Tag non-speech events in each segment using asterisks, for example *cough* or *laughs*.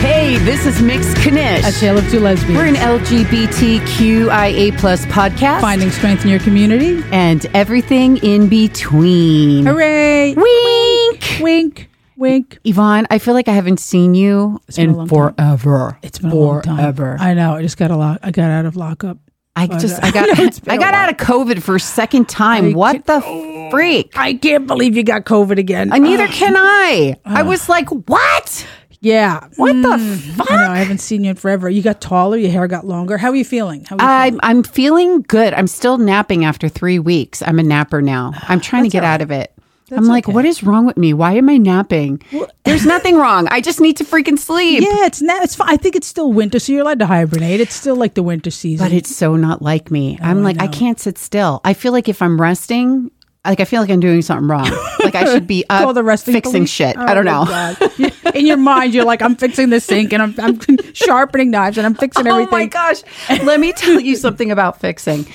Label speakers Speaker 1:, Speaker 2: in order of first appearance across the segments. Speaker 1: Hey, this is Mix Knish.
Speaker 2: A Tale of Two Lesbians.
Speaker 1: We're an LGBTQIA plus podcast.
Speaker 2: Finding strength in your community.
Speaker 1: And everything in between.
Speaker 2: Hooray!
Speaker 1: Wink!
Speaker 2: Wink, wink.
Speaker 1: Yvonne, I feel like I haven't seen you
Speaker 2: been a
Speaker 1: in
Speaker 2: long
Speaker 1: forever.
Speaker 2: It's been a long
Speaker 1: forever.
Speaker 2: time. I know. I just got a lot. I got out of lockup.
Speaker 1: I
Speaker 2: But, *laughs*
Speaker 1: just
Speaker 2: uh,
Speaker 1: I got
Speaker 2: I know,
Speaker 1: *laughs*
Speaker 2: it's been
Speaker 1: I
Speaker 2: a
Speaker 1: got
Speaker 2: while.
Speaker 1: out of COVID for a second time.
Speaker 2: I Oh.
Speaker 1: what
Speaker 2: can-
Speaker 1: the freak?
Speaker 2: I can't believe you got COVID again.
Speaker 1: I, neither can I. I was like, what?
Speaker 2: yeah. Mm.
Speaker 1: What the fuck?
Speaker 2: I know. I haven't seen you in forever. You got taller. Your hair got longer. How are you feeling? How are you
Speaker 1: I'm I'm feeling good. I'm still napping after three weeks. I'm a napper now. I'm trying to get out of it. I'm like, what is wrong with me? Why am I napping? There's
Speaker 2: *laughs*
Speaker 1: nothing wrong. I just need to freaking sleep.
Speaker 2: feeling? Yeah, it's not. It's fine. I think it's still winter, so you're allowed to hibernate. It's still like the winter season.
Speaker 1: But it's so not
Speaker 2: Oh,
Speaker 1: like me. I'm like, I, can't sit still. I feel like if I'm resting, like I feel like I'm doing something wrong. like I should be
Speaker 2: *laughs*
Speaker 1: up
Speaker 2: Call the resting
Speaker 1: fixing
Speaker 2: police?
Speaker 1: shit.
Speaker 2: Oh,
Speaker 1: I don't
Speaker 2: my
Speaker 1: know.
Speaker 2: God. In your mind, you're like, I'm fixing the sink and I'm, I'm *laughs* sharpening knives and I'm fixing everything. Mm.
Speaker 1: Oh my gosh. Let me tell you something about fixing.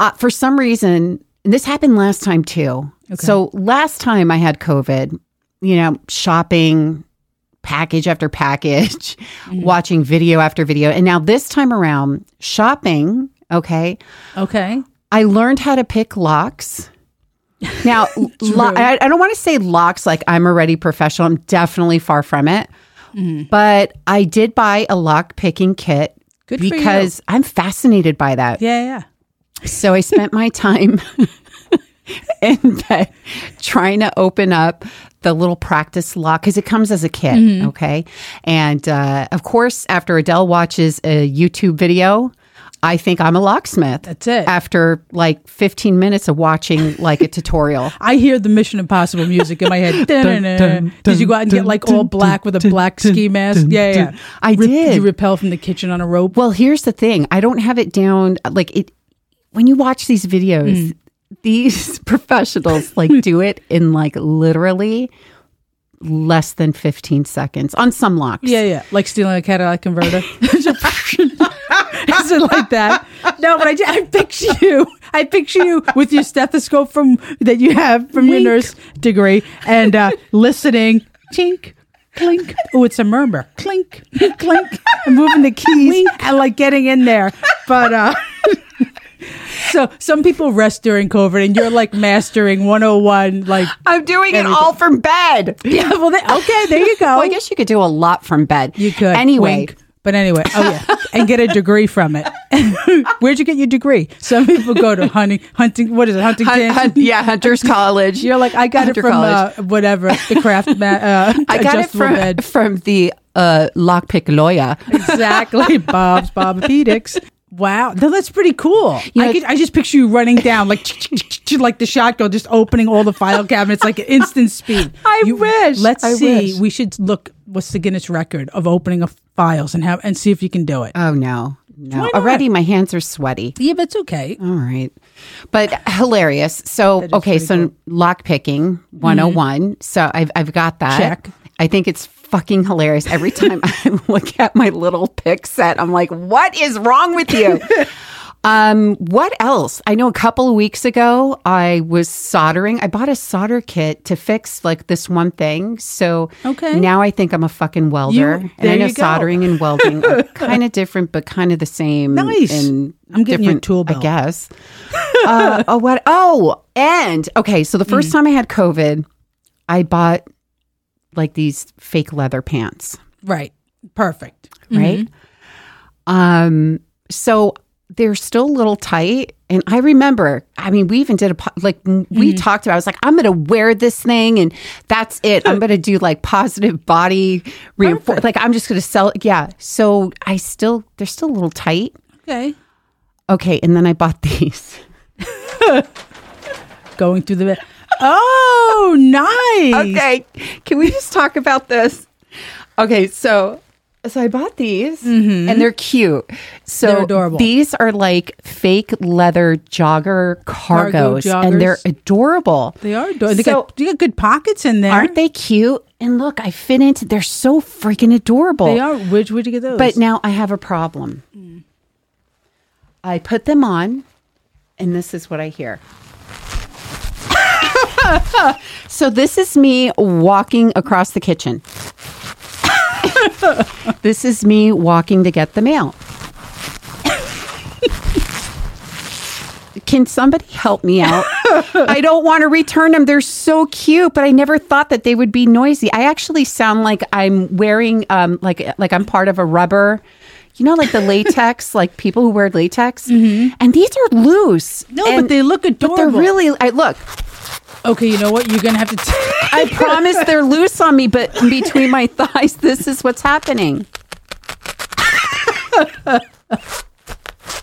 Speaker 1: Uh, for some reason, and this happened last time too. So last time I had COVID, you know, shopping package after package,
Speaker 2: Mm.
Speaker 1: watching video after video. And now this time around, shopping, okay,
Speaker 2: Okay.
Speaker 1: I learned how to pick locks.
Speaker 2: *laughs*
Speaker 1: Now, lo- I, I don't want to say locks like I'm already professional. I'm definitely far from it.
Speaker 2: Mm-hmm.
Speaker 1: But I did buy a lock picking kit
Speaker 2: Good for you.
Speaker 1: because I'm fascinated by that.
Speaker 2: Yeah, yeah.
Speaker 1: So I spent my time *laughs* in bed trying to open up the little practice lock because it comes as a kit.
Speaker 2: Mm-hmm.
Speaker 1: Okay. And uh, of course, after Adele watches a YouTube video, I think I'm a locksmith.
Speaker 2: That's it.
Speaker 1: After like 15 minutes of watching like *laughs* a tutorial.
Speaker 2: I hear the Mission Impossible music in my
Speaker 1: *laughs*
Speaker 2: head. Dun-dun-dun. Did you go out and get like all black with a black ski mask? Yeah, yeah.
Speaker 1: I
Speaker 2: Rip-
Speaker 1: did.
Speaker 2: you rappel from the kitchen on a rope?
Speaker 1: Well, here's the thing. I don't have it down like it when you watch these videos, these *laughs* professionals like do it in like literally less than 15 seconds on some locks.
Speaker 2: Yeah, yeah. Like stealing a Cadillac converter. *laughs* Is it like that? No, but I, ju- I picture you. I picture you with your stethoscope from that you have from your nurse degree and uh, listening. Chink, clink. Oh, it's a murmur. Clink, clink. And moving the keys and like getting in there. But uh, so some people rest during COVID and you're like mastering 101. Like,
Speaker 1: I'm doing it all from *laughs* bed.
Speaker 2: yeah, well, they, okay, there you go.
Speaker 1: Well, I guess you could do a lot from bed.
Speaker 2: You could.
Speaker 1: Anyway,
Speaker 2: wink. But anyway, oh
Speaker 1: *laughs*
Speaker 2: yeah, and get a degree from it. *laughs* Where'd you get your degree? Some people go to hunting, hunting. What is it,
Speaker 1: Hun-
Speaker 2: Huntington?
Speaker 1: hun- yeah, Hunter's College. *laughs*
Speaker 2: You're like, I got it
Speaker 1: Hunter
Speaker 2: from
Speaker 1: College.
Speaker 2: uh, whatever the craft. Ma- uh,
Speaker 1: *laughs* I got it
Speaker 2: adjustable
Speaker 1: from *laughs*
Speaker 2: bed.
Speaker 1: from the uh, lockpick *laughs* lawyer.
Speaker 2: exactly Bob's Bobapedics. Wow, no, that's pretty cool.
Speaker 1: You know,
Speaker 2: I, could, I just picture you running down like like the shotgun, just opening all the file cabinets like at instant speed.
Speaker 1: *laughs* I
Speaker 2: You-
Speaker 1: wish.
Speaker 2: Let's
Speaker 1: I
Speaker 2: see.
Speaker 1: wish.
Speaker 2: We should look what's the Guinness record of opening of files and have and see if you can do it.
Speaker 1: Oh no. No.
Speaker 2: Why not?
Speaker 1: Already my hands are sweaty.
Speaker 2: yeah, but it's okay.
Speaker 1: All right. But hilarious. So, okay, so lock picking 101. So I've, I've got that.
Speaker 2: Mm-hmm. Check.
Speaker 1: I think it's fucking hilarious. Every time *laughs* I look at my little pick set, I'm like, what is wrong
Speaker 2: *laughs*
Speaker 1: with you? um, what else? I know a couple of weeks ago, I was soldering. I bought a solder kit to fix like this one thing. So
Speaker 2: Okay.
Speaker 1: now I think I'm a fucking welder. and I
Speaker 2: there
Speaker 1: know
Speaker 2: you go.
Speaker 1: soldering and
Speaker 2: *laughs*
Speaker 1: welding are kind of different, but kind of the same.
Speaker 2: Nice.
Speaker 1: And
Speaker 2: I'm getting your
Speaker 1: different,
Speaker 2: tool
Speaker 1: I
Speaker 2: belt.
Speaker 1: guess. *laughs* uh, oh, what? Oh, and okay. So the first time I had COVID, I bought like these fake leather pants,
Speaker 2: Right. Perfect.
Speaker 1: right? Um, so they're still a little tight. And I remember, I mean, we even did a, po- like, m- we talked about, I was like, I'm going to wear this thing and that's it. *laughs* I'm going to do like positive body reinforce. Like, I'm just going to sell. Yeah. So I still, they're still a little tight.
Speaker 2: Okay.
Speaker 1: Okay. And then I bought *laughs* these.
Speaker 2: Going through the. Oh, nice.
Speaker 1: Okay, can we just talk about this? Okay, so so I bought these and they're cute. So
Speaker 2: Mm-hmm. They're adorable.
Speaker 1: These are like fake leather jogger
Speaker 2: Cargo
Speaker 1: cargos, and they're
Speaker 2: joggers.
Speaker 1: adorable.
Speaker 2: They are. adorable. They
Speaker 1: So-
Speaker 2: got, they got good pockets in there.
Speaker 1: Aren't they cute? And look, I fit into. They're so freaking adorable.
Speaker 2: They are. Mm. Where'd, where'd you get those?
Speaker 1: But now I have a problem. I put them on, and this is what I hear. So this is me walking across the kitchen. *laughs* this is me walking to get the mail. Can somebody help me out? I don't want to return them. They're so cute, but I never thought that they would be noisy. I actually sound like I'm wearing um like like I'm part of a rubber you know, like
Speaker 2: *laughs*
Speaker 1: the latex, like people who wear latex, and these are loose.
Speaker 2: Mm-hmm. No,
Speaker 1: And-
Speaker 2: but they look adorable.
Speaker 1: But they're really. I look.
Speaker 2: okay. You know what? You're gonna have to. T-
Speaker 1: I promise they're loose on me, but in between my thighs, this is what's happening.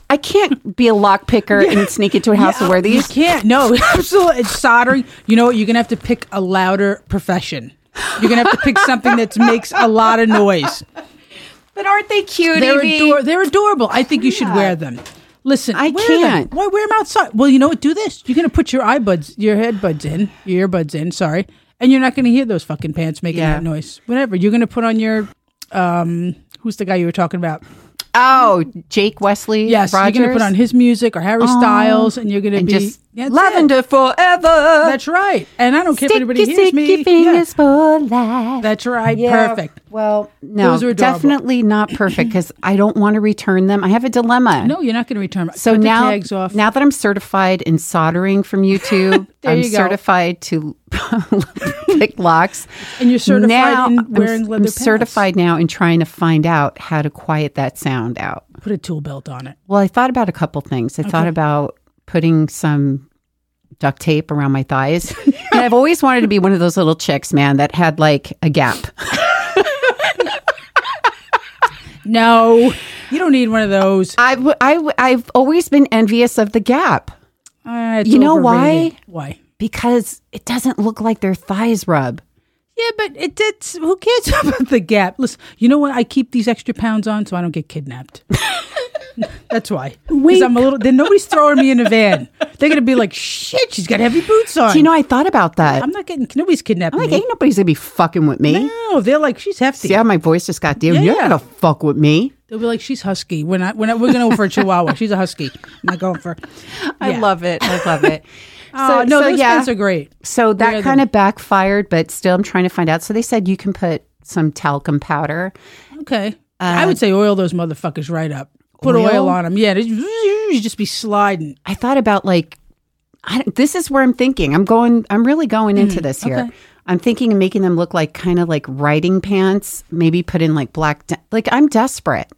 Speaker 1: I can't be a lock picker and sneak into a house and wear
Speaker 2: you
Speaker 1: these.
Speaker 2: can't. No, *laughs* absolutely. It's soldering. You know what? You're gonna have to pick a louder profession. You're gonna have to pick something that makes a lot of noise.
Speaker 1: But aren't they cute?
Speaker 2: They're,
Speaker 1: Evie?
Speaker 2: ador- they're adorable. I think you should wear them. Listen,
Speaker 1: I
Speaker 2: wear
Speaker 1: can't.
Speaker 2: Them. Why wear them outside? Well, you know what? Do this. You're going to put your eyebuds, your headbuds in, your earbuds in. Sorry, and you're not going to hear those fucking pants making
Speaker 1: Yeah.
Speaker 2: that noise. Whatever. You're going to put on your, um, who's the guy you were talking about?
Speaker 1: oh, Jake Wesley.
Speaker 2: Yes,
Speaker 1: Rogers, Oh.
Speaker 2: you're going to put on his music or Harry Styles, and you're going to
Speaker 1: and
Speaker 2: be
Speaker 1: just
Speaker 2: That's it.
Speaker 1: lavender forever.
Speaker 2: That's right. And I don't care if anybody
Speaker 1: sticky,
Speaker 2: hears
Speaker 1: sticky
Speaker 2: me.
Speaker 1: fingers
Speaker 2: Yeah.
Speaker 1: for life.
Speaker 2: That's right.
Speaker 1: Yeah,
Speaker 2: Perfect.
Speaker 1: Well, no,
Speaker 2: Those are adorable.
Speaker 1: definitely not perfect because I don't want to return them. I have a dilemma.
Speaker 2: No, you're not going to return.
Speaker 1: So
Speaker 2: Cut
Speaker 1: now,
Speaker 2: the tags off.
Speaker 1: now that I'm certified in soldering from YouTube,
Speaker 2: *laughs* There
Speaker 1: I'm
Speaker 2: you go.
Speaker 1: certified to *laughs* pick locks.
Speaker 2: And you're certified
Speaker 1: now,
Speaker 2: in
Speaker 1: I'm-
Speaker 2: wearing
Speaker 1: I'm,
Speaker 2: leather pants.
Speaker 1: certified now in trying to find out how to quiet that sound out.
Speaker 2: put a tool belt on it.
Speaker 1: Well, I thought about a couple things. I thought about putting some duct tape around my thighs. *laughs* and I've always wanted to be one of those little chicks, man, that had like a gap.
Speaker 2: No, you don't need one of those.
Speaker 1: I w- I w- I've always been envious of the gap
Speaker 2: Uh, it's
Speaker 1: You know
Speaker 2: overrated. Why?
Speaker 1: because it doesn't look like their thighs rub.
Speaker 2: Yeah, but it, it's who cares *laughs* about the gap? Listen, you know what? I keep these extra pounds on so I don't get kidnapped. *laughs* That's why. Because I'm a little. Then nobody's throwing me in a van. They're gonna be like, "Shit, she's got heavy boots on."
Speaker 1: Do you know, I thought about that.
Speaker 2: I'm not getting. Nobody's kidnapping
Speaker 1: like,
Speaker 2: me.
Speaker 1: ain't nobody's gonna be fucking with me.
Speaker 2: No, they're like, "She's hefty."
Speaker 1: See how my voice just got deep? You're
Speaker 2: Yeah.
Speaker 1: not gonna fuck with me.
Speaker 2: They'll be like, "She's husky." We're not. We're not. We're gonna
Speaker 1: *laughs*
Speaker 2: go for a chihuahua. She's a husky. I'm not going for. Yeah.
Speaker 1: it. I
Speaker 2: *laughs*
Speaker 1: love it. so,
Speaker 2: Oh, no,
Speaker 1: so,
Speaker 2: those
Speaker 1: yeah.
Speaker 2: pants are great.
Speaker 1: So
Speaker 2: Wear
Speaker 1: that
Speaker 2: them.
Speaker 1: kind of backfired, but still, I'm trying to find out. So they said you can put some talcum powder.
Speaker 2: Okay. I would say oil those motherfuckers right up. Put
Speaker 1: Uh, Oil?
Speaker 2: oil, on them. Yeah, they- you just be sliding.
Speaker 1: I thought about like, I, don't- this is where I'm thinking. I'm going. I'm really going into
Speaker 2: Mm-hmm.
Speaker 1: this here. I'm thinking of making them look like kind of like riding pants. Maybe put in like black. De- like I'm desperate.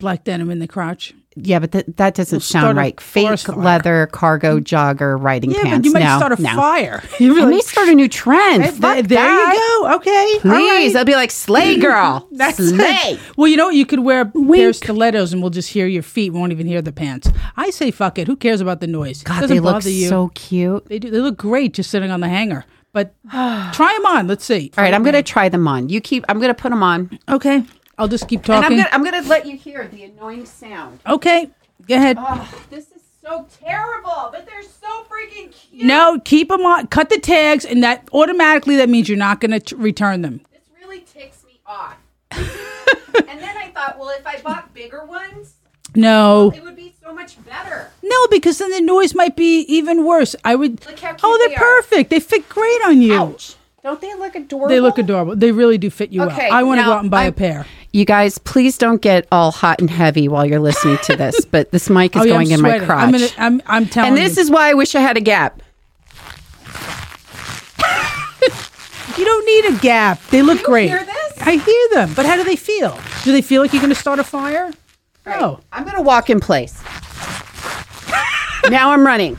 Speaker 2: Black denim in the crotch.
Speaker 1: Yeah, but th- that doesn't
Speaker 2: start
Speaker 1: sound
Speaker 2: a
Speaker 1: right.
Speaker 2: forest
Speaker 1: Fake
Speaker 2: fire. Mm-hmm.
Speaker 1: leather cargo jogger riding
Speaker 2: Yeah,
Speaker 1: pants.
Speaker 2: but you might
Speaker 1: no,
Speaker 2: start a
Speaker 1: no. *laughs*
Speaker 2: fire. You
Speaker 1: I may start a new trend.
Speaker 2: Th-
Speaker 1: Fuck
Speaker 2: there
Speaker 1: that.
Speaker 2: you go. Okay. all
Speaker 1: Please,
Speaker 2: right.
Speaker 1: I'll be like *laughs* Slay Girl.
Speaker 2: That's it.
Speaker 1: Slay.
Speaker 2: Well, you know what? You could wear a pair of stilettos and we'll just hear your feet. We won't even hear the pants. I say fuck it. Who cares about the noise?
Speaker 1: God,
Speaker 2: Doesn't
Speaker 1: they look
Speaker 2: bother you.
Speaker 1: so cute.
Speaker 2: they do. They look great just sitting on the hanger.
Speaker 1: *sighs*
Speaker 2: But try them on. Let's see.
Speaker 1: All right, I'm gonna try them on. You keep. I'm gonna put them on,
Speaker 2: Okay. I'll just keep
Speaker 1: and I'm
Speaker 2: talking.
Speaker 1: gonna. I'm gonna let you hear the annoying sound.
Speaker 2: okay. Go ahead.
Speaker 1: Oh. This is so terrible, but they're so freaking cute.
Speaker 2: No, keep them on. Cut the tags, and that automatically that means you're not going to return them.
Speaker 1: This really ticks me *laughs* off. and then I thought, well, if I bought bigger ones,
Speaker 2: No,
Speaker 1: it would be so much better.
Speaker 2: no, because then the noise might be even worse. I would.
Speaker 1: Look how cute
Speaker 2: oh,
Speaker 1: they
Speaker 2: they're
Speaker 1: are.
Speaker 2: perfect. They fit great on you.
Speaker 1: Ouch! Don't they look adorable?
Speaker 2: They look adorable. They really do fit you
Speaker 1: Okay,
Speaker 2: well. I want to
Speaker 1: now
Speaker 2: go out and buy a
Speaker 1: I'm-
Speaker 2: pair.
Speaker 1: You guys, please don't get all hot and heavy while you're listening to this.
Speaker 2: *laughs*
Speaker 1: But this mic is
Speaker 2: Oh, yeah,
Speaker 1: going
Speaker 2: I'm
Speaker 1: in my
Speaker 2: sweating.
Speaker 1: crotch,
Speaker 2: I'm, gonna, I'm, I'm telling
Speaker 1: and this is why I wish I had a gap.
Speaker 2: is you don't need a gap. They look great.
Speaker 1: hear this?
Speaker 2: I hear them, but how do they feel? Do they feel like you're going to start a fire? No,
Speaker 1: Oh. I'm gonna walk in
Speaker 2: *laughs*
Speaker 1: place. now I'm running.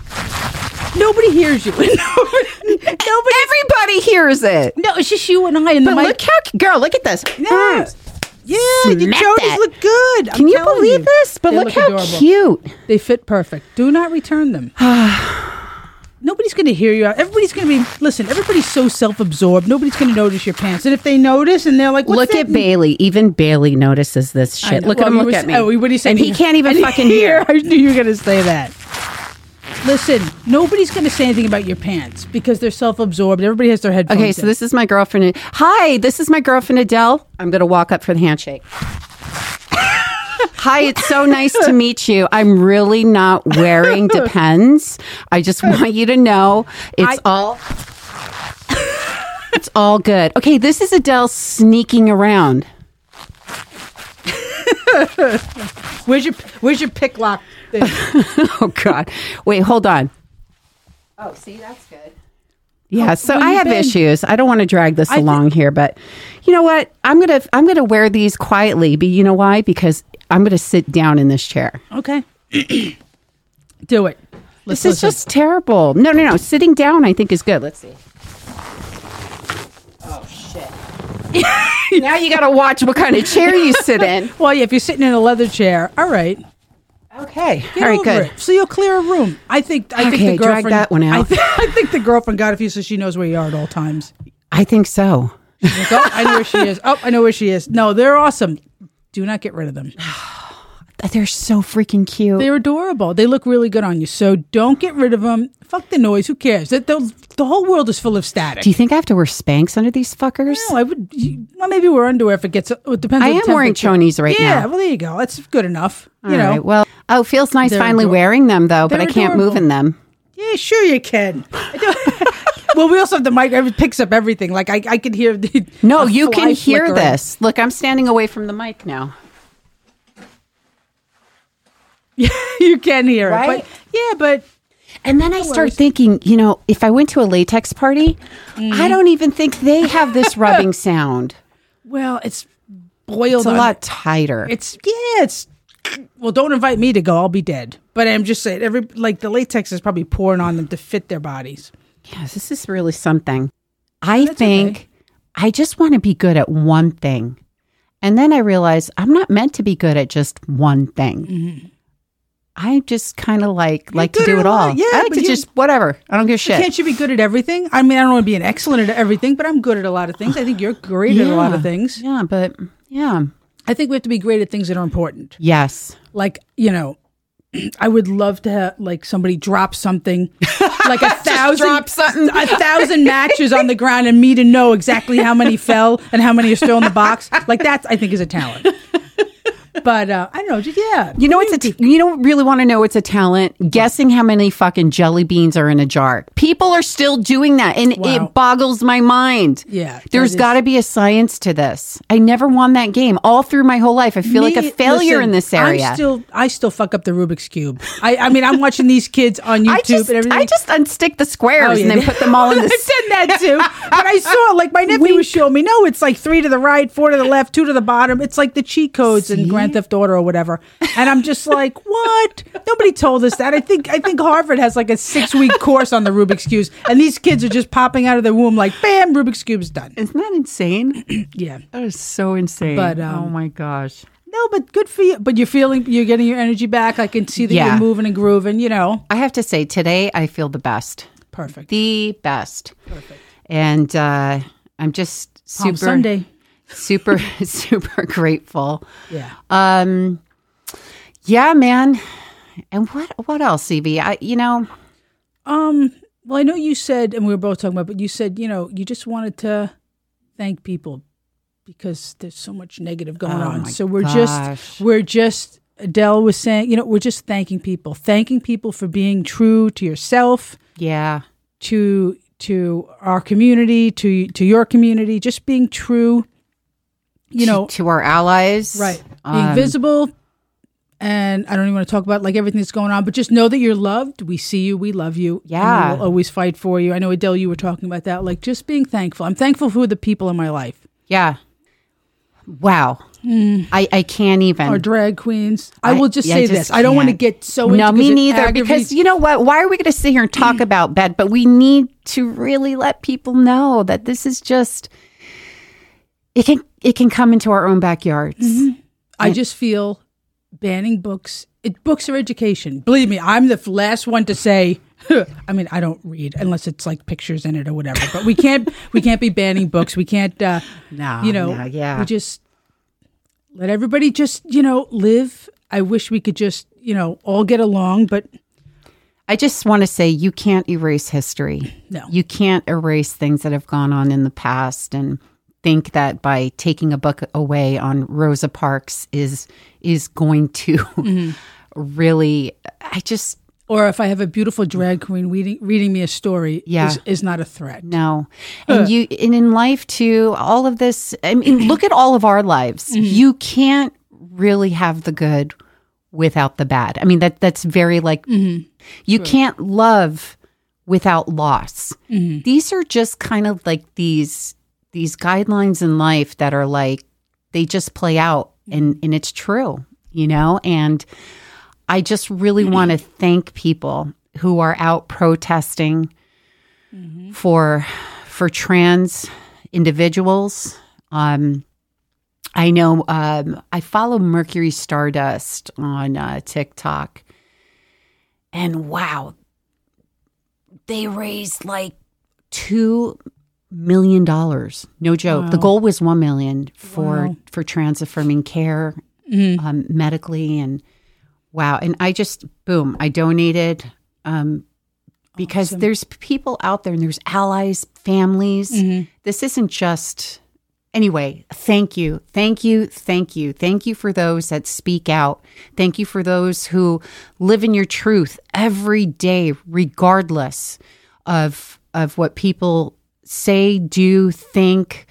Speaker 2: nobody hears you. *laughs* nobody,
Speaker 1: *laughs*
Speaker 2: nobody.
Speaker 1: Everybody hears it.
Speaker 2: No, it's just you and I and
Speaker 1: But
Speaker 2: the mic.
Speaker 1: look how, girl, look at this.
Speaker 2: Yeah, yeah your
Speaker 1: Smack
Speaker 2: Jodies
Speaker 1: that.
Speaker 2: look good. I'm
Speaker 1: Can you
Speaker 2: telling
Speaker 1: believe this? But
Speaker 2: They
Speaker 1: look, how
Speaker 2: adorable.
Speaker 1: cute.
Speaker 2: They fit perfect. Do not return
Speaker 1: *sighs*
Speaker 2: them. Nobody's going to hear you out. Everybody's going to be, listen, everybody's so self absorbed. Nobody's going to notice your pants. And if they notice and they're like, What's
Speaker 1: look
Speaker 2: that?
Speaker 1: at Bailey. Even Bailey notices this shit.
Speaker 2: know.
Speaker 1: Look
Speaker 2: Well,
Speaker 1: at him.
Speaker 2: you
Speaker 1: Look
Speaker 2: were-
Speaker 1: at me.
Speaker 2: Oh, what do you say?
Speaker 1: And he can't even
Speaker 2: And
Speaker 1: fucking hear.
Speaker 2: *laughs* I knew you were going to say that. Listen, nobody's going to say anything about your pants because they're self absorbed. Everybody has their headphones.
Speaker 1: Okay, so
Speaker 2: in.
Speaker 1: this is my girlfriend. Hi, this is my girlfriend Adele. I'm gonna walk up for the handshake. Hi, it's so nice to meet you. I'm really not wearing depends. I just want you to know it's
Speaker 2: I-
Speaker 1: all all good. Okay, this is Adele sneaking around.
Speaker 2: Where's your Where's your pick lock?
Speaker 1: *laughs*
Speaker 2: thing?
Speaker 1: Oh God! Wait, hold on. Oh, see, that's good. Yeah, so
Speaker 2: Oh, where
Speaker 1: I
Speaker 2: you
Speaker 1: have
Speaker 2: been?
Speaker 1: issues. I don't want to drag this
Speaker 2: I thi-
Speaker 1: along here, but you know what? I'm gonna I'm gonna wear these quietly. But you know why? Because I'm gonna sit down in this chair.
Speaker 2: okay, *clears throat* do it. Let's
Speaker 1: This is
Speaker 2: listen.
Speaker 1: just terrible. No, no, no. Sitting down, I think, is good. Let's see. Oh shit! *laughs* now you got to watch what kind of chair you sit in.
Speaker 2: *laughs* well, yeah. If you're sitting in a leather chair, all right.
Speaker 1: Okay.
Speaker 2: Get
Speaker 1: All right.
Speaker 2: over
Speaker 1: Good.
Speaker 2: it. So you'll clear a room. I think. I
Speaker 1: Okay,
Speaker 2: think the
Speaker 1: drag
Speaker 2: girlfriend
Speaker 1: that one
Speaker 2: I,
Speaker 1: out.
Speaker 2: thi- *laughs* I think the girlfriend got a few, so she knows where you are at all times.
Speaker 1: I think so.
Speaker 2: Like, oh, I know where she is. Oh, I know where she is. No, they're awesome. Do not get rid of them.
Speaker 1: They're so freaking cute.
Speaker 2: They're adorable. They look really good on you. So don't get rid of them. Fuck the noise. Who cares? The, the, the whole world is full of static.
Speaker 1: Do you think I have to wear Spanx under these fuckers?
Speaker 2: No, I would. you- Well, maybe wear underwear if it gets. It depends.
Speaker 1: I
Speaker 2: on
Speaker 1: am wearing
Speaker 2: temperature.
Speaker 1: chonies right
Speaker 2: yeah,
Speaker 1: now.
Speaker 2: well, there you go. That's good enough. you
Speaker 1: All
Speaker 2: know.
Speaker 1: right, Well, oh, feels nice
Speaker 2: They're
Speaker 1: finally
Speaker 2: ador-
Speaker 1: wearing them though, but
Speaker 2: They're
Speaker 1: I can't
Speaker 2: adorable.
Speaker 1: move in them.
Speaker 2: yeah, sure you can. *laughs* I don't- well, we also have the mic. It picks up everything. Like I, I could hear. The,
Speaker 1: No,
Speaker 2: the
Speaker 1: you
Speaker 2: fly
Speaker 1: can hear
Speaker 2: flickering.
Speaker 1: this. Look, I'm standing away from the mic now.
Speaker 2: *laughs* you can hear
Speaker 1: Right?
Speaker 2: it. But yeah, but
Speaker 1: And then I start thinking, you know, if I went to a latex party, I don't even think they have *laughs* this rubbing sound.
Speaker 2: well, it's boiled
Speaker 1: It's a
Speaker 2: on-
Speaker 1: lot tighter.
Speaker 2: It's yeah, it's well, don't invite me to go. I'll be dead. But I'm just saying, every like the latex is probably pouring on them to fit their bodies.
Speaker 1: Yes, this is really something. I
Speaker 2: That's
Speaker 1: think
Speaker 2: okay.
Speaker 1: I just want to be good at one thing. And then I realize I'm not meant to be good at just one thing. I just kind of like like to
Speaker 2: Mm-hmm. good
Speaker 1: do
Speaker 2: at
Speaker 1: it
Speaker 2: a lot,
Speaker 1: all.
Speaker 2: yeah,
Speaker 1: I like
Speaker 2: but
Speaker 1: to
Speaker 2: you-
Speaker 1: just whatever. I don't give a shit.
Speaker 2: Can't you be good at everything? I mean, I don't want to be an excellent at everything, but I'm good at a lot of things. I think you're great at a lot of things.
Speaker 1: Yeah, but yeah.
Speaker 2: I think we have to be great at things that are important.
Speaker 1: Yes.
Speaker 2: Like you know. *clears throat* I would love to have like somebody drop something,
Speaker 1: *laughs*
Speaker 2: like a thousand,
Speaker 1: drop something.
Speaker 2: a thousand matches on the ground, and me to know exactly how many fell and how many are still in the box. Like that's I think is a talent. But uh, I don't know, just yeah.
Speaker 1: You know it's a t- you don't really want to know it's a talent guessing how many fucking jelly beans are in a jar. People are still doing that and
Speaker 2: Wow.
Speaker 1: it boggles my mind.
Speaker 2: Yeah, that
Speaker 1: There's
Speaker 2: is-
Speaker 1: got to be a science to this. I never won that game all through my whole life. I feel like
Speaker 2: Me-
Speaker 1: a failure
Speaker 2: listen,
Speaker 1: in this area.
Speaker 2: I'm still, I still fuck up the Rubik's cube. I, I mean, I'm watching these kids on YouTube
Speaker 1: I just,
Speaker 2: and everything.
Speaker 1: I just unstick the squares
Speaker 2: Oh, yeah.
Speaker 1: and then put
Speaker 2: *laughs*
Speaker 1: them all in
Speaker 2: I've
Speaker 1: the
Speaker 2: done that too, but I saw like my nephew was showing me. No, it's like three to the right, four to the left, two to the bottom. It's like the cheat codes in Grand Theft Auto or whatever. And I'm just like, *laughs* what? Nobody told us that. I think I think Harvard has like a six *laughs* week course on the Rubik's cubes, and these kids are just popping out of their womb like, bam, Rubik's cube's done.
Speaker 1: Isn't that insane?
Speaker 2: Yeah.
Speaker 1: that is so insane.
Speaker 2: But, um,
Speaker 1: oh my gosh.
Speaker 2: No, but good for you. But you're feeling, you're getting your energy back. I can see that
Speaker 1: Yeah.
Speaker 2: you're moving and grooving. You know,
Speaker 1: I have to say today I feel the best.
Speaker 2: perfect.
Speaker 1: The best. Perfect. And uh, I'm just super
Speaker 2: Palm Sunday.
Speaker 1: *laughs* super super grateful.
Speaker 2: Yeah.
Speaker 1: Um yeah, man. And what what else, Evie? I you know,
Speaker 2: Um. Well, I know you said, and we were both talking about, but you said, you know, you just wanted to thank people because there's so much negative going on.
Speaker 1: Oh my
Speaker 2: So we're
Speaker 1: gosh.
Speaker 2: just, we're just. Adele was saying, you know, we're just thanking people, thanking people for being true to yourself,
Speaker 1: yeah.
Speaker 2: to to our community, to to your community, just being true. You know,
Speaker 1: to our allies.
Speaker 2: right being
Speaker 1: Um,
Speaker 2: visible and i don't even want to talk about like everything that's going on but just know that you're loved we see you we love you
Speaker 1: Yeah.
Speaker 2: and we'll always fight for you i know adele you were talking about that like just being thankful i'm thankful for the people in my life
Speaker 1: Yeah. Wow. I, I can't even.
Speaker 2: Mm. our drag queens i,
Speaker 1: I-
Speaker 2: will just
Speaker 1: yeah, I
Speaker 2: say
Speaker 1: just
Speaker 2: this i don't want to
Speaker 1: can't.
Speaker 2: get so
Speaker 1: no,
Speaker 2: into,
Speaker 1: me
Speaker 2: 'cause it
Speaker 1: neither. Because
Speaker 2: aggravates-
Speaker 1: you know what? Why are we going to sit here and
Speaker 2: Mm.
Speaker 1: talk about bed? But we need to really let people know that this is just it can it can come into our own backyards.
Speaker 2: Mm-hmm. i just feel banning books it, books are education believe me i'm the f- last one to say *laughs* I mean, I don't read unless it's like pictures in it or whatever. But we can't, we can't be banning books. We can't, uh,
Speaker 1: No,
Speaker 2: you know,
Speaker 1: no, Um, yeah.
Speaker 2: we just let everybody just, you know, live. I wish we could just, you know, all get along, but
Speaker 1: I just want to say you can't erase history.
Speaker 2: No.
Speaker 1: You can't erase things that have gone on in the past and think that by taking a book away on Rosa *laughs* Parks is is going to really I just
Speaker 2: or if I have a beautiful drag queen reading, reading me a story
Speaker 1: Yeah.
Speaker 2: is, is not a threat.
Speaker 1: No. And you and in life too, all of this I mean, look at all of our lives. You can't really have the good without the bad. I mean that that's very like you can't love without loss. These are just kind of like these these guidelines in life that are like they just play out and and it's true, you know? And I just really want to thank people who are out protesting for for trans individuals. Um, I know um, I follow Mercury Stardust on uh, TikTok, and wow, they raised like two million dollars. No joke. The goal was one million for for trans affirming care um, medically, and wow. And I just boom, I donated. Um, because there's people out there and there's allies, families. This isn't just anyway. Thank you, thank you, thank you, thank you for those that speak out. Thank you for those who live in your truth every day, regardless of of what people say, do, think.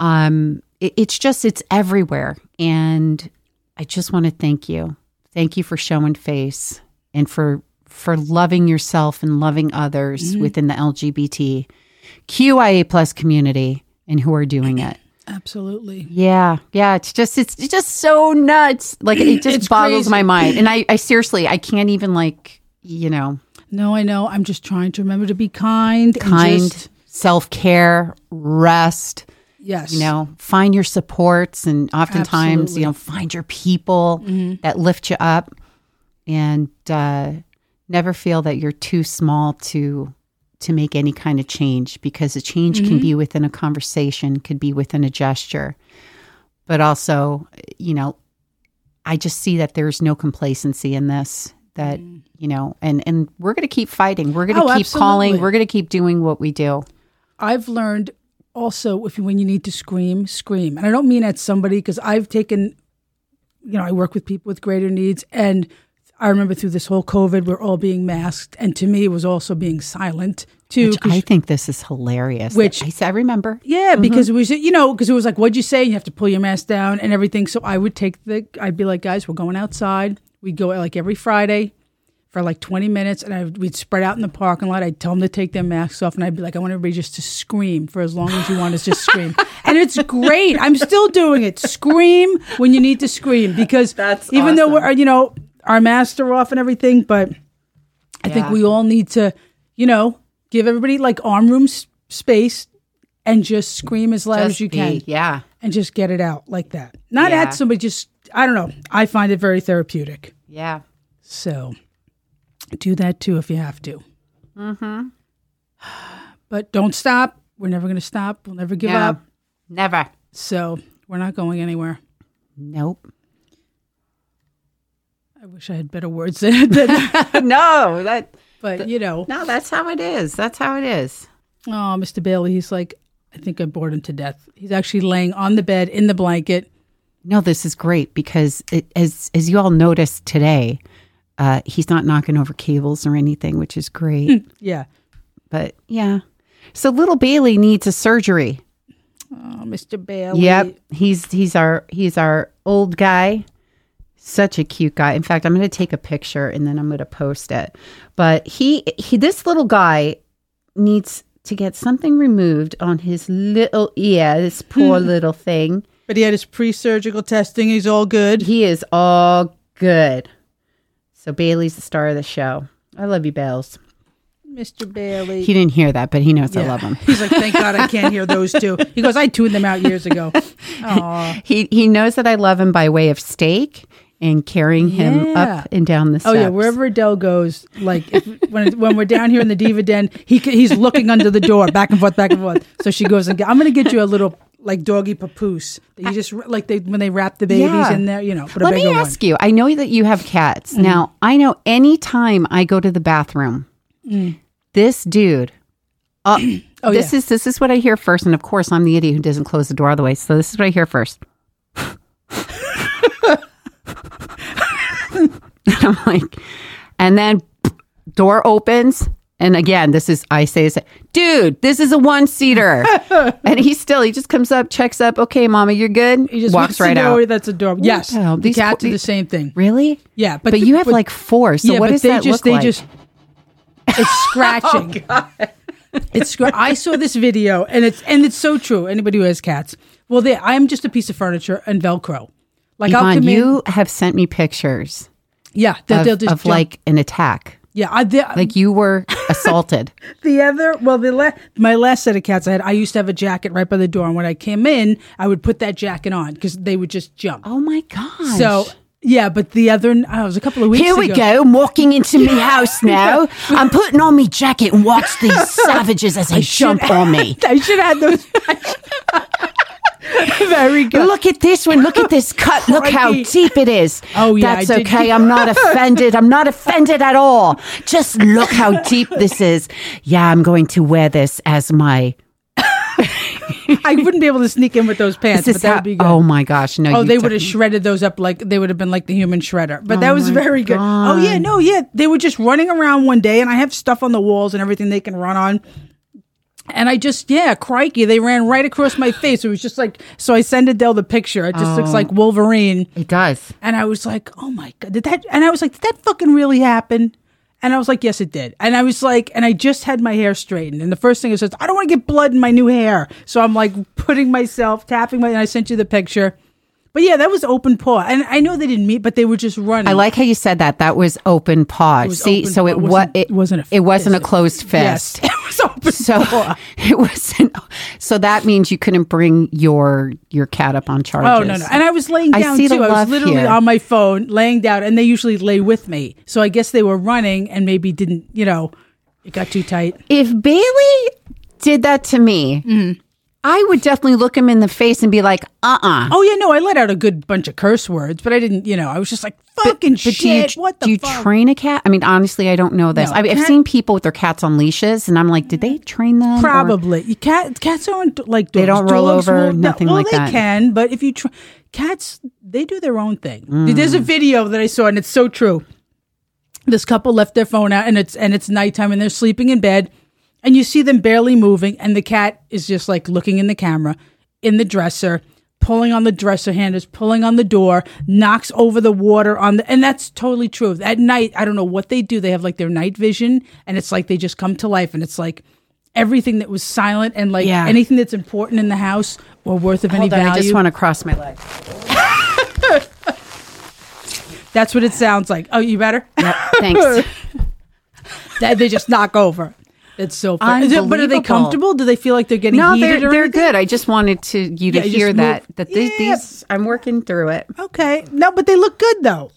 Speaker 1: Um, it- it's just it's everywhere, and I just want to thank you. Thank you for showing face and for for loving yourself and loving others within the LGBTQIA plus community and who are doing it.
Speaker 2: Absolutely.
Speaker 1: Yeah, yeah. It's just it's, it's just so nuts. Like it just
Speaker 2: It's
Speaker 1: boggles
Speaker 2: crazy.
Speaker 1: my mind. And I I seriously I can't even like you know
Speaker 2: No, I know. I'm just trying to remember to be kind. and
Speaker 1: kind
Speaker 2: just-
Speaker 1: self care rest.
Speaker 2: yes.
Speaker 1: you know find your supports and oftentimes
Speaker 2: Absolutely. Mm-hmm.
Speaker 1: you know find your people that lift you up and uh, never feel that you're too small to to make any kind of change because a change
Speaker 2: Mm-hmm.
Speaker 1: can be within a conversation could be within a gesture but also you know i just see that there's no complacency in this that you know and and we're going to keep fighting we're going to
Speaker 2: Mm. Oh,
Speaker 1: keep calling
Speaker 2: absolutely.
Speaker 1: we're going to keep doing what we do
Speaker 2: I've learned also if you, when you need to scream, scream. And I don't mean at somebody because I've taken, you know, I work with people with greater needs. And I remember through this whole COVID, we're all being masked. And to me, it was also being silent too.
Speaker 1: which
Speaker 2: 'cause-
Speaker 1: i think this is hilarious
Speaker 2: Which-
Speaker 1: i, I remember
Speaker 2: yeah, because it was, you know, because it was like, what'd you say? And you have to pull your mask down and everything. So I would take the, I'd be like, guys, we're going outside. We'd go like every Friday for like 20 minutes and I, we'd spread out in the parking lot. I'd tell them to take their masks off and I'd be like, I want everybody just to scream for as long as you want us just
Speaker 1: *laughs*
Speaker 2: scream. and it's great. I'm still doing it. Scream when you need to scream because
Speaker 1: *laughs* That's
Speaker 2: even though
Speaker 1: awesome.
Speaker 2: we're, you know, our masks are off and everything, but I think
Speaker 1: Yeah.
Speaker 2: we all need to, you know, give everybody like arm room s- space and just scream as loud as
Speaker 1: Just
Speaker 2: you
Speaker 1: be-
Speaker 2: can
Speaker 1: Yeah.
Speaker 2: and just get it out like that. Not
Speaker 1: Yeah.
Speaker 2: at somebody, just, I don't know. I find it very therapeutic.
Speaker 1: Yeah.
Speaker 2: So do that too if you have to. Mm-hmm. But don't stop. We're never going to stop. We'll never give
Speaker 1: No.
Speaker 2: up.
Speaker 1: Never.
Speaker 2: So we're not going anywhere.
Speaker 1: Nope.
Speaker 2: I wish I had better words *laughs* than that.
Speaker 1: *laughs* no, that
Speaker 2: But, you know,
Speaker 1: no, that's how it is. That's how it is.
Speaker 2: oh, Mr. Bailey, he's like, I think I bored him to death. He's actually laying on the bed in the blanket.
Speaker 1: No, this is great because it, as as you all noticed today, uh, he's not knocking over cables or anything, which is great.
Speaker 2: Yeah.
Speaker 1: but yeah. So little Bailey needs a surgery.
Speaker 2: Oh, Mr. Bailey.
Speaker 1: Yep. He's he's our he's our old guy. Such a cute guy. In fact, I'm going to take a picture and then I'm going to post it. But he he this little guy needs to get something removed on his little ear, this poor
Speaker 2: Hmm.
Speaker 1: little thing.
Speaker 2: But he had his pre surgical testing. He's all good.
Speaker 1: He is all good. So Bailey's the star of the show. I love you, Bales.
Speaker 2: Mr. Bailey.
Speaker 1: He didn't hear that, but he knows I
Speaker 2: Yeah.
Speaker 1: love him.
Speaker 2: *laughs* He's like, thank God I can't hear those two. He goes, I tuned them out years ago.
Speaker 1: *laughs*
Speaker 2: Aw.
Speaker 1: He he knows that I love him by way of steak and carrying him
Speaker 2: Yeah.
Speaker 1: up and down the
Speaker 2: Oh
Speaker 1: steps.
Speaker 2: yeah, wherever Adele goes, like if, when when we're down here in the diva den, he c- he's looking under the door, back and forth, back and forth. So she goes and get, I'm gonna get you a little like doggy papoose. that You just like they when they wrap the babies
Speaker 1: Yeah.
Speaker 2: in there, you know. But a
Speaker 1: Let me
Speaker 2: bigger Mm-hmm.
Speaker 1: ask you. I know that you have cats. Now, I know any time I go to the bathroom, this dude. Uh,
Speaker 2: Mm. *clears throat* Oh,
Speaker 1: this
Speaker 2: yeah.
Speaker 1: is this is what I hear first, and of course, I'm the idiot who doesn't close the door all the way. So this is what I hear first. *laughs* and I'm like, and then *laughs* Door opens. And again, this is, I say, this, dude, this is a
Speaker 2: *laughs*
Speaker 1: one seater. and he still, he just comes up, checks up. Okay, mama, you're good.
Speaker 2: He just
Speaker 1: walks
Speaker 2: wants
Speaker 1: right
Speaker 2: to know
Speaker 1: out.
Speaker 2: That's adorable. Yes,
Speaker 1: the hell?
Speaker 2: the
Speaker 1: These
Speaker 2: cats
Speaker 1: po-
Speaker 2: do the same thing.
Speaker 1: Really?
Speaker 2: Yeah, but
Speaker 1: But,
Speaker 2: the-
Speaker 1: you have
Speaker 2: but-
Speaker 1: like four. So
Speaker 2: yeah,
Speaker 1: what
Speaker 2: but
Speaker 1: does
Speaker 2: they
Speaker 1: that
Speaker 2: just they
Speaker 1: look like? Oh,
Speaker 2: just
Speaker 1: *laughs*
Speaker 2: it's scratching. It's scr- I saw this video and it's and it's so true. Anybody who has cats, well, they I'm just a piece of furniture and Velcro. Like I'll
Speaker 1: Yvonne,
Speaker 2: come in,
Speaker 1: you have sent me pictures
Speaker 2: yeah, they'll,
Speaker 1: of,
Speaker 2: they'll just
Speaker 1: of,
Speaker 2: jump.
Speaker 1: like an attack.
Speaker 2: yeah, I, they,
Speaker 1: Like
Speaker 2: *laughs*
Speaker 1: you were assaulted.
Speaker 2: the other well the la- my last set of cats I had I used to have a jacket right by the door and when I came in I would put that jacket on because they would just jump.
Speaker 1: oh my gosh.
Speaker 2: so yeah, but the other I was a couple of weeks
Speaker 1: Here we
Speaker 2: ago-
Speaker 1: go. I'm walking into my house
Speaker 2: *laughs*
Speaker 1: now. I'm putting on my jacket and watch these savages as they jump on me.
Speaker 2: *laughs* I should have had those.
Speaker 1: *laughs*
Speaker 2: Very good.
Speaker 1: Look at this one. Look
Speaker 2: *laughs*
Speaker 1: at this cut. Look how
Speaker 2: Crikey.
Speaker 1: deep it is.
Speaker 2: Oh, yeah,
Speaker 1: That's
Speaker 2: I did-
Speaker 1: okay.
Speaker 2: *laughs*
Speaker 1: I'm not offended. I'm not offended at all. Just look how deep this is. Yeah, I'm going to wear this as my.
Speaker 2: I wouldn't be able to sneak in with those pants,
Speaker 1: This
Speaker 2: but
Speaker 1: is
Speaker 2: that
Speaker 1: how-
Speaker 2: would be good.
Speaker 1: oh my gosh. No,
Speaker 2: Oh,
Speaker 1: you
Speaker 2: they
Speaker 1: took-
Speaker 2: would have shredded those up like they would have been like the human shredder. But that
Speaker 1: Oh
Speaker 2: was
Speaker 1: my
Speaker 2: very good. Oh yeah, no, yeah, they were just running around one day, and I have stuff on the walls and everything they can run on. And I just, yeah, crikey, they ran right across my face. It was just like, so I sent Adele the picture. It just looks
Speaker 1: Oh.
Speaker 2: like Wolverine.
Speaker 1: It does.
Speaker 2: And I was like, oh my God, did that? And I was like, did that fucking really happen? And I was like, yes, it did. And I was like, and I just had my hair straightened. And the first thing I said, I don't want to get blood in my new hair. So I'm like putting myself, tapping my, and I sent you the picture. But yeah, that was open paw. And I know they didn't meet, but they were just running.
Speaker 1: I like how you said that. That was open paw.
Speaker 2: was
Speaker 1: See,
Speaker 2: open
Speaker 1: so
Speaker 2: paw.
Speaker 1: it
Speaker 2: It
Speaker 1: was
Speaker 2: wasn't-
Speaker 1: it
Speaker 2: wasn't a
Speaker 1: it wasn't a
Speaker 2: fist.
Speaker 1: closed
Speaker 2: yes, *laughs*
Speaker 1: fist. *laughs*
Speaker 2: it was open
Speaker 1: So
Speaker 2: paw.
Speaker 1: *laughs* it wasn't. So that means you couldn't bring your your cat up on charges.
Speaker 2: Oh no, no! And I was laying
Speaker 1: I
Speaker 2: down
Speaker 1: see the
Speaker 2: too. I was
Speaker 1: love
Speaker 2: literally
Speaker 1: here.
Speaker 2: on my phone, laying down, and they usually lay with me. So I guess they were running and maybe didn't, you know, it got too tight.
Speaker 1: if Bailey did that to me,
Speaker 2: Mm-hmm.
Speaker 1: I would definitely look him in the face and be like, "Uh, uh
Speaker 2: Oh yeah, no, I let out a good bunch of curse words, but I didn't. You know, I was just like fucking
Speaker 1: But
Speaker 2: shit.
Speaker 1: do you
Speaker 2: what the
Speaker 1: do you
Speaker 2: fuck?
Speaker 1: train a cat? I mean, honestly, I don't know this.
Speaker 2: No,
Speaker 1: I, I've
Speaker 2: cat-
Speaker 1: seen people with their cats on leashes, and I'm like, did they train them? or-
Speaker 2: Probably you cat cats aren't like dogs. they
Speaker 1: don't roll over, nothing
Speaker 2: well,
Speaker 1: like
Speaker 2: they
Speaker 1: that.
Speaker 2: can, but if you try, cats they do their own thing. There's a
Speaker 1: Mm.
Speaker 2: video that I saw, and it's so true. This couple left their phone out, and it's and it's nighttime, and they're sleeping in bed, and you see them barely moving, and the cat is just like looking in the camera, in the dresser. Pulling on the dresser handles, pulling on the door, knocks over the water on the, and that's totally true. At night, I don't know what they do. They have like their night vision, and it's like they just come to life, and it's like everything that was silent and like
Speaker 1: Yeah.
Speaker 2: anything that's important in the house or worth of any
Speaker 1: Hold on,
Speaker 2: value.
Speaker 1: I just want to cross my legs.
Speaker 2: That's what it sounds like. Oh, you better?
Speaker 1: Yep, *laughs* thanks.
Speaker 2: that they just knock over. It's so funny. Is it- But are they
Speaker 1: Unbelievable.
Speaker 2: comfortable? Do they feel like they're getting
Speaker 1: No,
Speaker 2: heated
Speaker 1: they're
Speaker 2: or
Speaker 1: they're
Speaker 2: anything?
Speaker 1: good. I just wanted to you to
Speaker 2: Yeah, you
Speaker 1: hear
Speaker 2: just
Speaker 1: that
Speaker 2: move-
Speaker 1: that the-
Speaker 2: Yeah.
Speaker 1: these I'm working through it.
Speaker 2: Okay. No, but they look good though.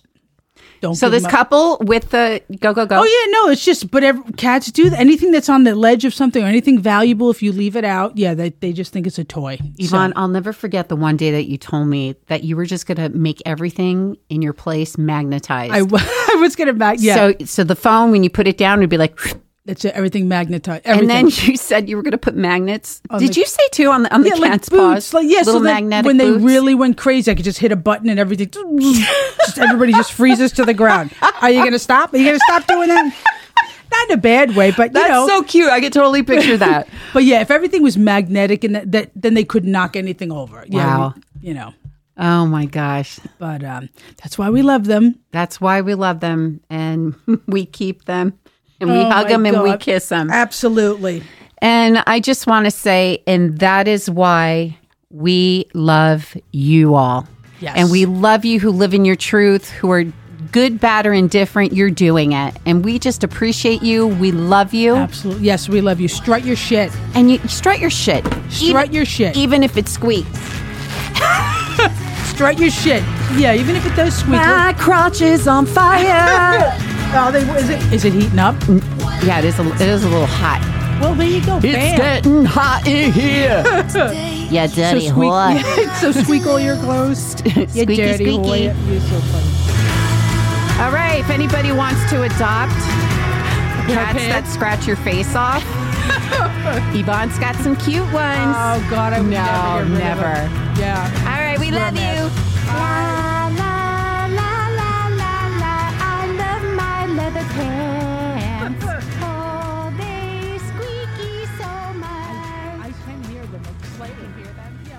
Speaker 2: Don't
Speaker 1: So
Speaker 2: give
Speaker 1: this
Speaker 2: them up.
Speaker 1: couple with the go go go.
Speaker 2: Oh yeah, no, it's just but ev cats do th- anything that's on the ledge of something or anything valuable. If you leave it out, yeah, they, they just think it's a toy. So-
Speaker 1: Yvonne, I'll never forget the one day that you told me that you were just going to make everything in your place magnetized.
Speaker 2: I, *laughs* wa- I was gonna back. Yeah,
Speaker 1: So, so the phone when you put it down would be like,
Speaker 2: that's it, everything magnetized.
Speaker 1: and
Speaker 2: Everything.
Speaker 1: then you said you were going to put magnets. Did
Speaker 2: the-
Speaker 1: you say too on the on the
Speaker 2: yeah, like
Speaker 1: cat's
Speaker 2: boots,
Speaker 1: paws?
Speaker 2: like yeah,
Speaker 1: little
Speaker 2: so that
Speaker 1: magnetic
Speaker 2: when they
Speaker 1: boots?
Speaker 2: really went crazy, I could just hit a button and everything, *laughs* just everybody just freezes to the ground. Are you gonna stop? Are you gonna stop doing that? Not in a bad way, but you
Speaker 1: That's
Speaker 2: know.
Speaker 1: so cute. I could
Speaker 2: *laughs*
Speaker 1: totally picture that.
Speaker 2: but yeah, if everything was magnetic and that, that then they could knock anything over. Yeah,
Speaker 1: Wow.
Speaker 2: you know.
Speaker 1: oh my gosh,
Speaker 2: But um, that's why we love them.
Speaker 1: that's why we love them and *laughs* we keep them and we
Speaker 2: Oh
Speaker 1: hug
Speaker 2: my
Speaker 1: them and we
Speaker 2: God.
Speaker 1: kiss them.
Speaker 2: Absolutely.
Speaker 1: And I just want to say, and that is why we love you all.
Speaker 2: Yes.
Speaker 1: And we love you who live in your truth, who are good, bad, or indifferent. You're doing it. And we just appreciate you. We love you.
Speaker 2: Absolutely. Yes, we love you. Strut your shit.
Speaker 1: And you strut your shit.
Speaker 2: Strut your shit.
Speaker 1: Even if it squeaks.
Speaker 2: Strut your shit. Yeah, even if it does squeak.
Speaker 1: My crotch is on fire.
Speaker 2: Oh, they, is, it, is it heating up?
Speaker 1: *laughs* yeah, it is, a, it is a little hot.
Speaker 2: Well, there you go. Bam.
Speaker 1: getting hot in *laughs* here. yeah, dirty
Speaker 2: squeak, *laughs* so squeak all your
Speaker 1: *laughs*
Speaker 2: clothes. You
Speaker 1: Squeaky,
Speaker 2: dirty
Speaker 1: squeaky.
Speaker 2: boy. You're so funny.
Speaker 1: All right, if anybody wants to adopt cats that scratch your
Speaker 2: *laughs*
Speaker 1: face off, Yvonne's got some cute ones.
Speaker 2: Oh God, I would never. get
Speaker 1: No,
Speaker 2: rid of
Speaker 1: never.
Speaker 2: him. Yeah.
Speaker 1: All right, we love you.
Speaker 3: La la la la la la la. I love my leather pants.
Speaker 2: *laughs*
Speaker 1: Oh,
Speaker 2: play? Do you hear them?
Speaker 1: Oh,